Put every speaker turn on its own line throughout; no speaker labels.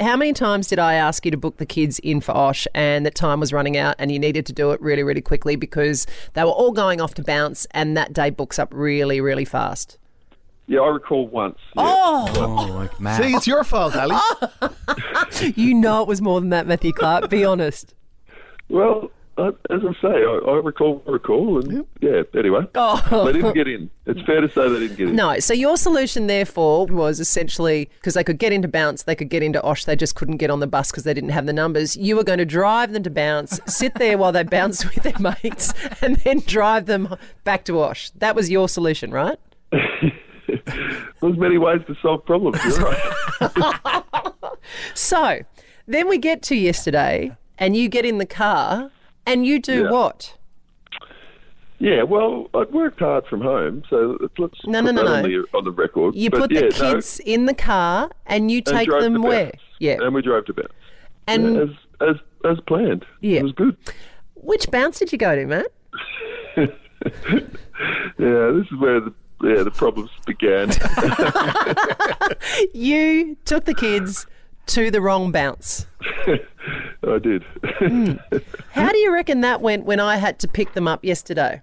How many times did I ask you to book the kids in for Osh and that time was running out and you needed to do it really, really quickly because they were all going off to bounce and that day books up really, really fast?
Yeah, I recall once. Yeah.
Oh, like Matt.
See, it's your fault, Ali.
You know it was more than that, Matthew Clark. Be honest.
Well, I, as I say, I, I recall, I recall, and yeah. Anyway,
Oh.
they didn't get in. It's fair to say they didn't get in.
No, so your solution, therefore, was essentially because they could get into bounce, they could get into Osh, they just couldn't get on the bus because they didn't have the numbers. You were going to drive them to bounce, sit there while they bounced with their mates, and then drive them back to Osh. That was your solution, right?
There's many ways to solve problems. You're right.
So then we get to yesterday, and you get in the car, and you do
Yeah.
what?
yeah. Well, I'd worked hard from home, so let's- let's
No,
put
no, no,
that on,
no.
The, on the record.
You
But
put
yeah,
the
no,
kids in the car, and you
and
take
drove
them
to
where?
Bounce.
Yeah.
and we drove to bounce.
and
as as as planned.
Yeah.
it was good.
which bounce did you go to, Matt?
Yeah, this is where the yeah the problems began.
You took the kids to the wrong bounce.
I did.
Mm. How do you reckon that went when I had to pick them up yesterday?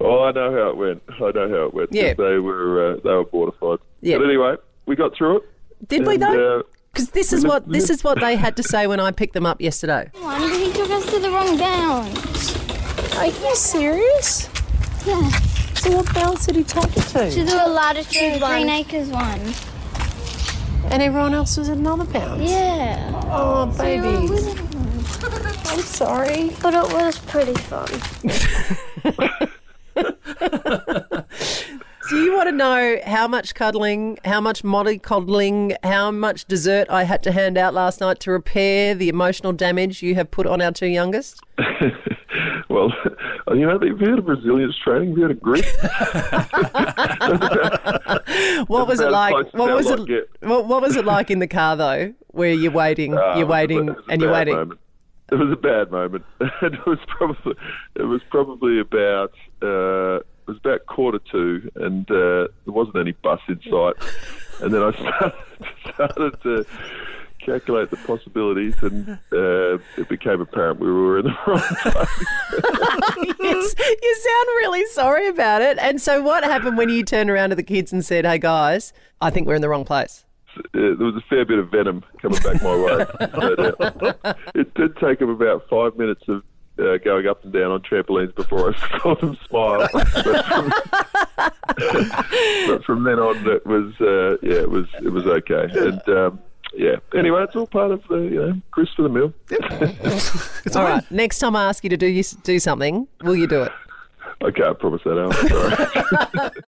oh, I know how it went. I know how it went.
Yeah.
they were uh, they were mortified.
Yeah.
But anyway, we got through it.
Did we
And,
though?
uh,
Because this is
we
what
did-
this is what they had to say when I picked them up yesterday.
one, but he took us to the wrong bounds.
Are you serious?
Yeah,
So what bounce did he take you to?
to the
latitude
Green Acres one.
And everyone else was in another bounce.
Yeah.
Oh, baby. I'm sorry.
But it was pretty fun.
Do you want to know how much cuddling, how much mollycoddling, how much dessert I had to hand out last night to repair the emotional damage you have put on our two youngest?
Well, you know, they've had a resilience training, they had a grip.
What was it
about as
like?
close to
What
that
was it?
lot get.
What, what was it like in the car though, where you're waiting,
Uh, it
you're
was a- it
waiting,
was a
and you're
bad
waiting?
moment. It was a bad moment. it was probably it was probably about uh, it was about quarter to, and uh, there wasn't any bus in sight. And then I started, started to calculate the possibilities, and uh, it became apparent we were in the wrong place.
yes, you sound really sorry about it. And so, what happened when you turned around to the kids and said, "Hey guys, I think we're in the wrong place"?
uh, there was a fair bit of venom coming back my way. But, uh, it did take them about five minutes of uh, going up and down on trampolines before I saw them smile. But from, but from then on, it was uh, yeah, it was it was okay. And um, yeah, anyway, it's all part of the you know grist for the mill.
All right. Next time I ask you to do do something, will you do it?
Okay, I promise that. Al. Sorry.